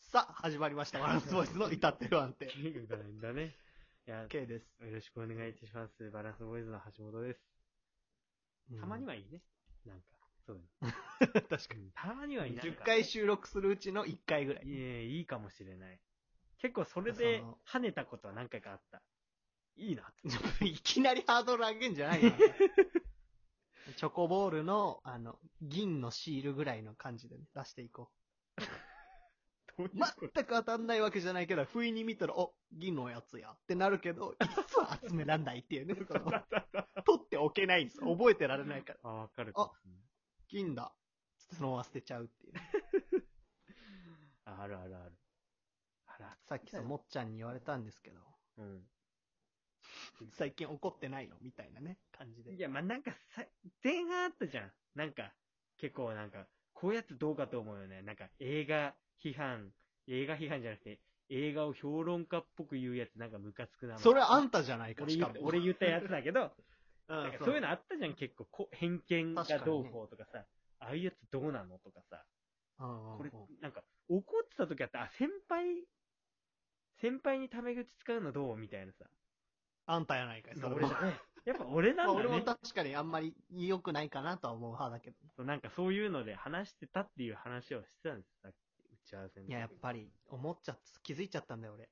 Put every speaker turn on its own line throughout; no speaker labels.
さあ、始まりま した。バランスボイスの至ってる安定。
K がないん だね。いや、
K です。
よろしくお願いいたします。バランスボーイズの橋本です。たまに
は。
はいいね。なんか、そういう
確か
のうんたまにはいい
に。
な
10回
し
収録するうちの1回ぐらい。
いえ、いいかもしれない。結構それで
その
跳ねたことは何回かあった。い いなって。
いきなりハードル上げんじゃない よ。チョコボールの、あの、銀のシールぐらいの感じでね、出していこ
どういう
う。全く当たんないわけじゃないけど、不意に見たら、お、銀のやつや、ってなるけど、一切集めらんないって いうね、その取っておけないんです。覚えてられないから。
あ、わかる
あ
かもしれない
銀だ。つってそのまま捨てちゃうっていうね。
ああるあるある。あら、
さっきさ、もっちゃんに言われたんですけど、
うん。
最近怒ってないのみたいなね、感じで
い。や、まあ、なんかさ、前半あったじゃん。なんか、結構なんか、こういうやつどうかと思うよね。なんか、映画批判、映画批判じゃなくて、映画を評論家っぽく言うやつなんかムカつくな。
それあんたじゃないか、
俺
し
言
か
っ
も。
俺言ったやつだけど、
うん
なんかそういうのあったじゃん、結構。こ偏見がどうこうとかさ、ああいうやつどうなのとかさ。
うんうん
これ
うん、
なんか、怒ってた時あった、あ、先輩、先輩にタメ口使うのどうみたいなさ。
あんたやないかい、それ
俺
も
だね。 やっぱ俺なん
ま
だ
あ、
ね。
俺も確かにあんまり良くないかなとは思う派だけど。
そうなんかそういうので話してたっていう話をしてたんです、さっき、打ち合わせの時
いや、やっぱり、思っちゃっ、気づいちゃったんだよ、俺。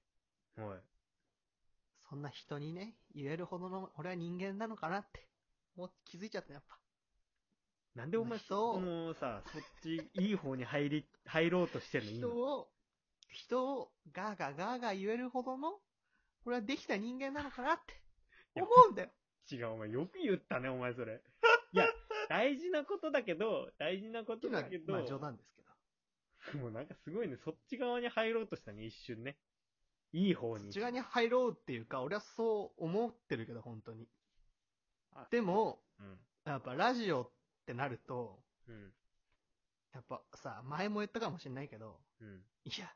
はい。
そんな人にね、言えるほどの、俺は人間なのかなって。もう気づいちゃった、やっぱ。
なんでお前、
人を
そのさ、そっち、いい方に入り、入ろうとしてるの
人
今。
を、人を、ガーガーガーガー言えるほどの、俺はできた人間なのかなって、思うんだよ。
違う、お前、よく言ったね、お前、それ。いや、大事なことだけど、大事なこ
っていうの
とだ
は
け、ど、
まあ冗談ですけど。
もうなんかすごいね、そっち側に入ろうとしたね、一瞬ね。いい方
そっ
に。
ち側に入ろうっていうか、俺はそう思ってるけど、本当に
あ。
でも、
うん。
やっぱラジオってなると、
うん。
やっぱさ、前も言ったかもしれないけど、
うん。
いや、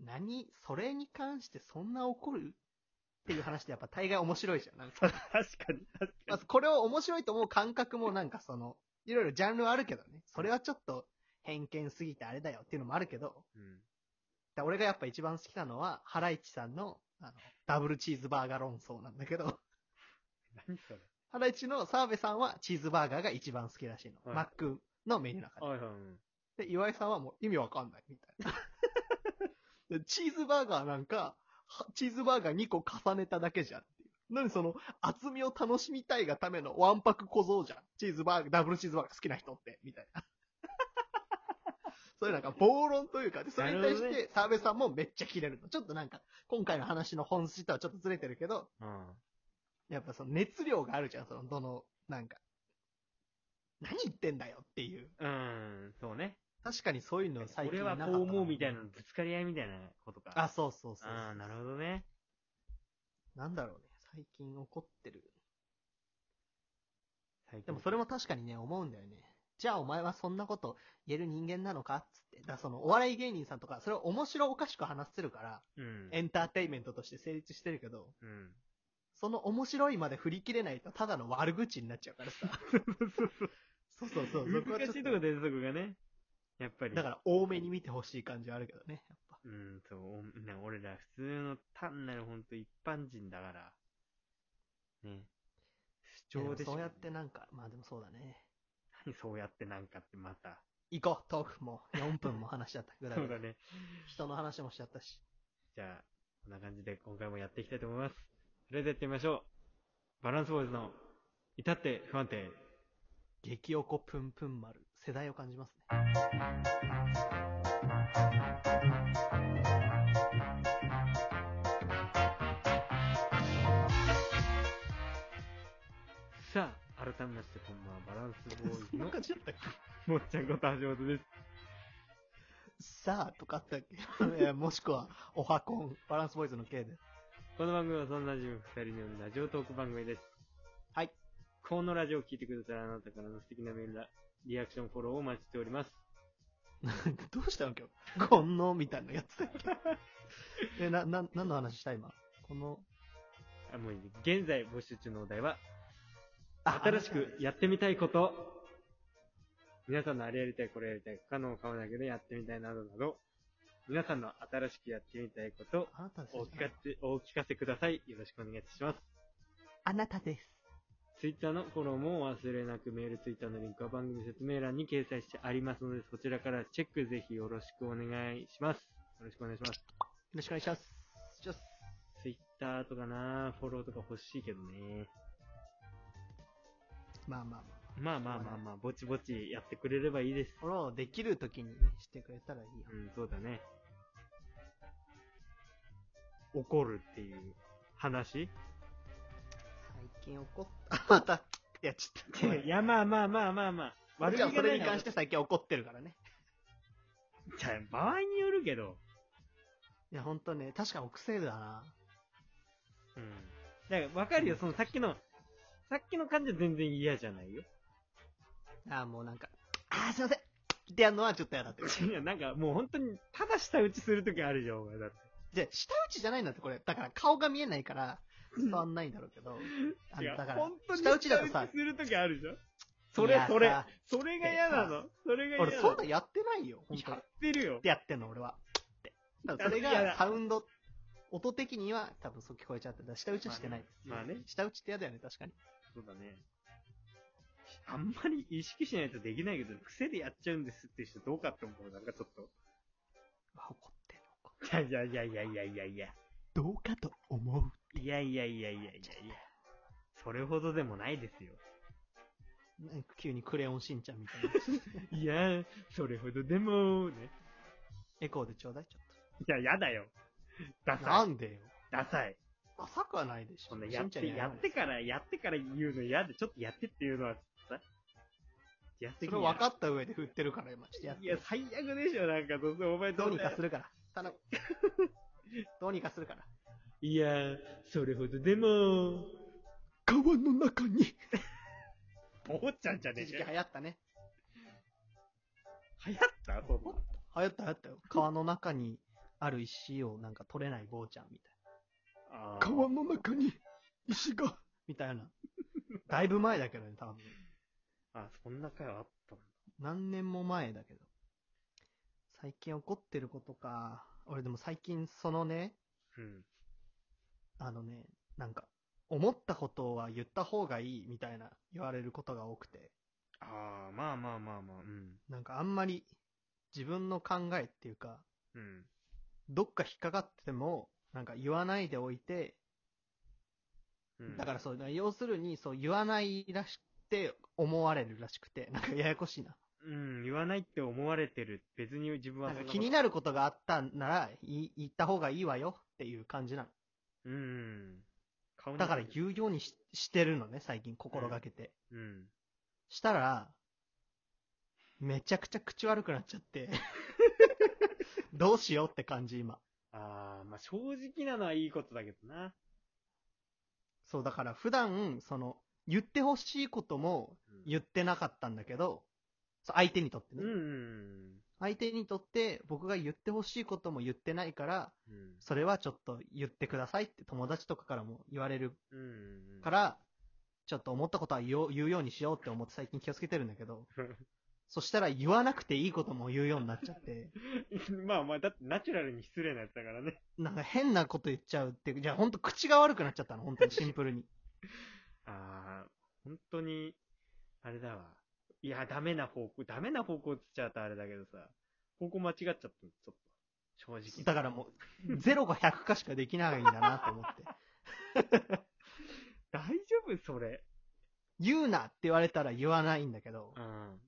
何、それに関してそんな怒るっていう話ってやっぱ大概面白いじゃん。なんか
確かに、確か
ま
に。
ずこれを面白いと思う感覚もなんかその、いろいろジャンルはあるけどね。それはちょっと偏見すぎてあれだよっていうのもあるけど、
うん。
だ俺がやっぱ一番好きなのは、ハライチさんの、あの、ダブルチーズバーガー論争なんだけど、
何それ。
ハライチの澤部さんはチーズバーガーが一番好きらしいの。
はい
マックのメニューの中で。
はいはいうん。
で、岩井さんはもう意味わかんないみ たいな。でチーズバーガーなんか、はチーズバーガー2個重ねただけじゃんっていう。なにその、厚みを楽しみたいがためのわんぱく小僧じゃん。チーズバーガー、ダブルチーズバーガー好きな人って、みたいな。 そういうなんか暴論というか、でそれに対し
なるほど
て澤部さんもめっちゃ切れるの。ちょっとなんか、今回の話の本質とはちょっとずれてるけど、
うん。
やっぱその熱量があるじゃん、その、どの、なんか。何言ってんだよっていう。
うん、そうね。
確かにそういうの最近
俺はこう思うみたいな、ぶつかり合いみたいなことか。
あ、そうそうそうそう
あーなるほどね。
なんだろうね。最近怒ってる。
最近
でもそれも確かにね、思うんだよね。じゃあお前はそんなこと言える人間なのかつって。だからそのお笑い芸人さんとか、それを面白おかしく話せるから、
うん。
エンターテインメントとして成立してるけど、
うん。
その面白いまで振り切れないとただの悪口になっちゃう からさ。そうそうそう。そこはちょ
難
っ
し
と
いとこ出るとこがね。やっぱり。
だから多めに見てほしい感じはあるけどね。やっぱ
うん、そう、おね俺ら普通の単なる本当一般人だから。ね。主張でしか
そうやってなんか、まあでもそうだね。
何そうやってなんかってまた。
行こう、トークも4分も話しちゃったぐら い
そうだね。
人の話もしちゃったし。
じゃあ、こんな感じで今回もやっていきたいと思います。それではやってみましょう。バランスボーイズの、至って不安定。
激おこぷんぷん丸。世代を感じますね。
さあ、改めましてこんばんは、バランスボーイズ
そんな
の
感じだったっ
もっちゃんこと橋本です。
けさあとかあったっけいやもしくは、おはこん、バランスボーイズの K です。
この番組はそんな自分二人によるラジオトーク番組です。
はい。
このラジオを聞いてくれたらあなたからの素敵なメールだ、リアクションフォローをお待ちしております。
どうしたの今日。こんのみたいなやつだっ けえ、な、な、何の話した今。この、
あ、もういいね現在募集中のお題は、
あ
新しくやってみたいこと。皆さんのあれやりたい、これやりたい、可能可能だけどやってみたいなどなど、皆さんの新しくやってみたいこと、
あなたです
お聞かせ、お聞かせください。よろしくお願いします。
あなたです。
ツイッターのフォローもお忘れなく、メール、ツイッターのリンクは番組説明欄に掲載してありますので、そちらからチェックぜひよろしくお願いします。よろしくお願いします。
よろしくお願いします。じゃあ
ツイッターとかなフォローとか欲しいけどね。
まあまあ、
まあまあまあまあ、ぼちぼちやってくれればいいです。
フォローできるときにしてくれたらい いよ。
うん、そうだね。怒るっていう
最
話
近怒った。また、 いや、ちょっと。
いや、まあまあまあまあまあ。
悪い
気が
が
ない
それに関して最近怒ってるからね。
じゃあ場合によるけど。
いや、ほんとね、確かに奥セールだな。
うん。だから、わかるよ、そのさっきの、さっきの感じは全然嫌じゃないよ。
ああ、もうなんか、ああ、すいませんってやるのはちょっと嫌だって。
いや、なんかもう本当に、ただ舌打ちするときあるじゃん、お前だって。
じゃあ舌打ちじゃないんだって、これ。だから顔が見えないから、伝わんないんだろうけど。あの
いや
だか
本
ら、
当に
舌打ちだと
舌打
さ
ち、するときあるじゃん。そ
い
れ
や、
それ
さ、
それが嫌なの。それが嫌
俺
なの。
そんなんやってないよ、本当
や
に。
っ
って
るよ。
てやってんの、俺は。って。だからそれ
いや
が、サウンド、音的には多分そう聞こえちゃって、だから舌打ちはしてない。
まあねまあね
舌打ちって嫌だよね、確かに。
そうだね。あんまり意識しないとできないけど、癖でやっちゃうんですっていう人どうかって思う。なんかちょっと。
うわ怒ってる。
いやいやいやいやいやいやいや。
どうかと思う。
いやいやいやいやいやいや。それほどでもないですよ。
なんか急にクレヨンしんちゃんみたい な。
いや、それほどでも、ね。
エコーでちょうだい、ちょっ
いや、やだよ。ダ
と。な
サい。
んでよ。
ダサい。
ダサくはないでしょ。
そんなやっ
しんちゃ
て、
んに謝れ
やってから、やってから言うの嫌で、ちょっとやってっていうのはさ、やって
それを分かった上で振ってるから、今、ちょっとやって
いや、最悪でしょ、なんか、どうせお前
どうに
せ
かするから。頼む。 どうにかするから。
いやー、それほどでも、
川の中に。
坊ちゃんじゃね
一時
えか
期
よ
流。行ったね。流行っ
流行ったそんな。
た流行ったよ。川の中にある石をなんか取れない坊ちゃんみたい
あ
な。
ー
の中に石が。みたいな。だいぶ前だけどね、多分。
あ、そんな会はあったんだ
何年も前だけど。最近怒ってることか。俺でも最近そのね、
うん。
あのね、なんか、思ったことは言った方がいいみたいな言われることが多くて、
あー、まあまあまあまあ、うん。
なんかあんまり自分の考えっていうか、
うん。
どっか引っかかってても、なんか言わないでおいて、
うん、
だからそう、だから要するにそう言わないらしくて思われるらしくて、なんかややこしいな。
うん、言わないって思われてる。別に自分は
なんか
そん
気に
なこ
なることがあったんなら、い言った方がいいわよっていう感じなの。
とうん。顔に
だから言うようにししてるのね、最近心がけて。
うん。
したら、めちゃくちゃ口悪くなっちゃっ て、どうしようって感じ今。
あー、まあ正直なのはいいことだけどな。
そう、だから普段、その、言ってほしいことも
うん
言ってなかったんだけど、そう相手にとって
う
ね。
んうん
相手にとって僕が言ってほしいことも言ってないから、
うん。うん
それはちょっと言ってくださいって友達とかからも言われる
うんうんうん。
から、ちょっと思ったことは言おう言うようにしようって思って最近気をつけてるんだけど、そしたら言わなくていいことも言うようになっちゃって、
まあまあ、だってナチュラルに失礼なやつだからね。
なんか変なこと言っちゃうっていう、じゃあ本当口が悪くなっちゃったの、本当にシンプルに。
ああ、本当に、あれだわ。いや、ダメな方向、ダメな方向つっちゃうとあれだけどさ、方向間違っちゃったのちょっと。正直。
だからもう、0か100かしかできないんだなと思って。
大丈夫それ。
言うなって言われたら言わないんだけど
う、ん。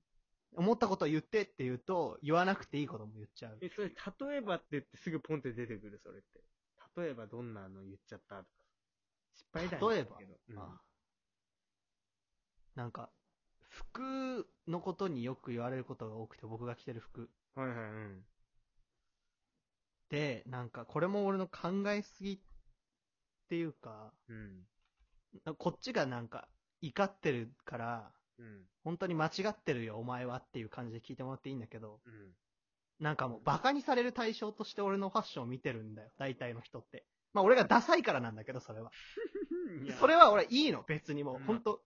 思ったことを言ってって言うと、言わなくていいことも言っちゃう。
え、それ、例えばって言ってすぐポンって出てくる、それって。例えばどんなの言っちゃったとか。失敗だ
例えば
けど
あなんか、服のことによく言われることが多くて、僕が着てる服。
うん。はいはい、うん。
で、なんか、これも俺の考えすぎっていうか、
うん。
こっちがなんか、怒ってるから、
うん。
本当に間違ってるよ、お前はっていう感じで聞いてもらっていいんだけど、
うん。
なんかもう、馬鹿にされる対象として俺のファッションを見てるんだよ、大体の人って。まあ、俺がダサいからなんだけど、それは。
いや
それは俺いいの、別にも
う
う、
ん
本当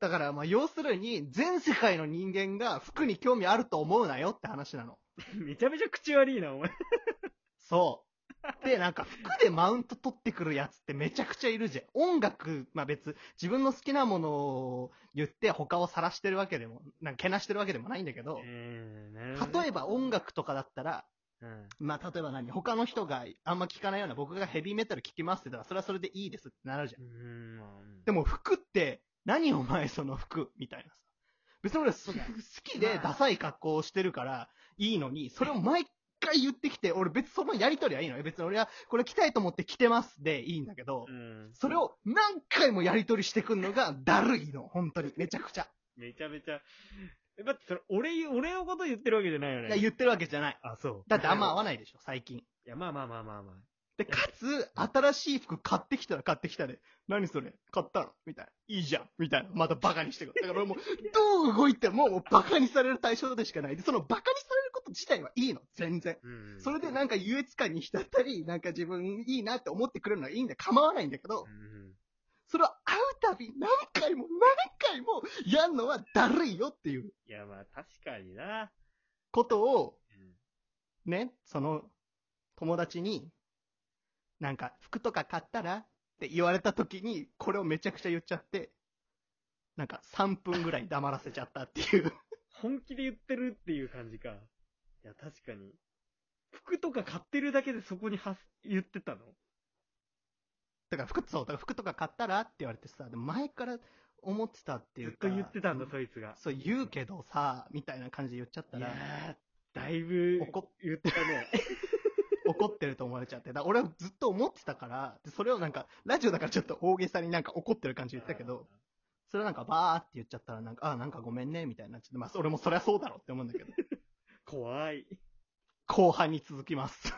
だから、まあ、要するに、全世界の人間が服に興味あると思うなよって話なの。
めちゃめちゃ口悪いな、お前。
そう。で、なんか服でマウント取ってくるやつってめちゃくちゃいるじゃん。音楽、まあ別、自分の好きなものを言って他を晒してるわけでも、なんかけなしてるわけでもないんだけど、
うん、なるほど、
例えば音楽とかだったら、
ば、うん。
まあ例えば何、他の人があんま聞かないような僕がヘビーメタル聞きますって言ったら、それはそれでいいですってなるじゃん。
うん、まあうん
でも服って、何お前その服みたいなさ。別に俺そ、好きでダサい格好をしてるからいいのに、それを毎回言ってきて、俺別にそのやりとりはいいのよ。別に俺はこれ着たいと思って着てますでいいんだけど
う、ん、
それを何回もやりとりしてくんのがだるいの。本当に。めちゃくちゃ。
めちゃめちゃ。え、待って、それ、俺、俺のこと言ってるわけじゃないよ
い
ね。
や言ってるわけじゃない。
あ、そう。
だってあんま合わないでしょ、最近。
いや、まあまあまあまあまあ。
で、かつ、新しい服買ってきたら買ってきたで、何それ買ったのみたいな。いいじゃんみたいな。またバカにしてくる。だから俺もう、どう動いてももうバカにされる対象でしかない。で、そのバカにされること自体はいいの。全然。
うん。
それでなんか優越感に浸ったり、なんか自分いいなって思ってくれるのはいいんで構わないんだけど
う、ん。
それを会うたび何回も何回もやんのはだるいよっていう
いや、まあ、確かにな。
ことを、
うん
ね、その、友達に、なんか、服とか買ったらって言われた時に、これをめちゃくちゃ言っちゃって、なんか3分ぐらい黙らせちゃったっていう。
本気で言ってるっていう感じか。いや、確かに。服とか買ってるだけでそこには言ってたの
だから服、そう、だから服とか買ったらって言われてさ、でも前から思ってたってい
ずっ
うか。
と言ってたんだ、
そう
そいつが。
そう、言うけどさ、みたいな感じで言っちゃった
い
ら
や、ー、だいぶ、
怒っ
言ったね。
怒ってると思われちゃって。だから俺はずっと思ってたから、でそれをなんか、ラジオだからちょっと大げさになんか怒ってる感じで言ったけど、それなんかバーって言っちゃったらなんか、あ、なんかごめんね、みたいになっちゃって、まあ、俺もそりゃそうだろうって思うんだけど、
怖い。
後半に続きます。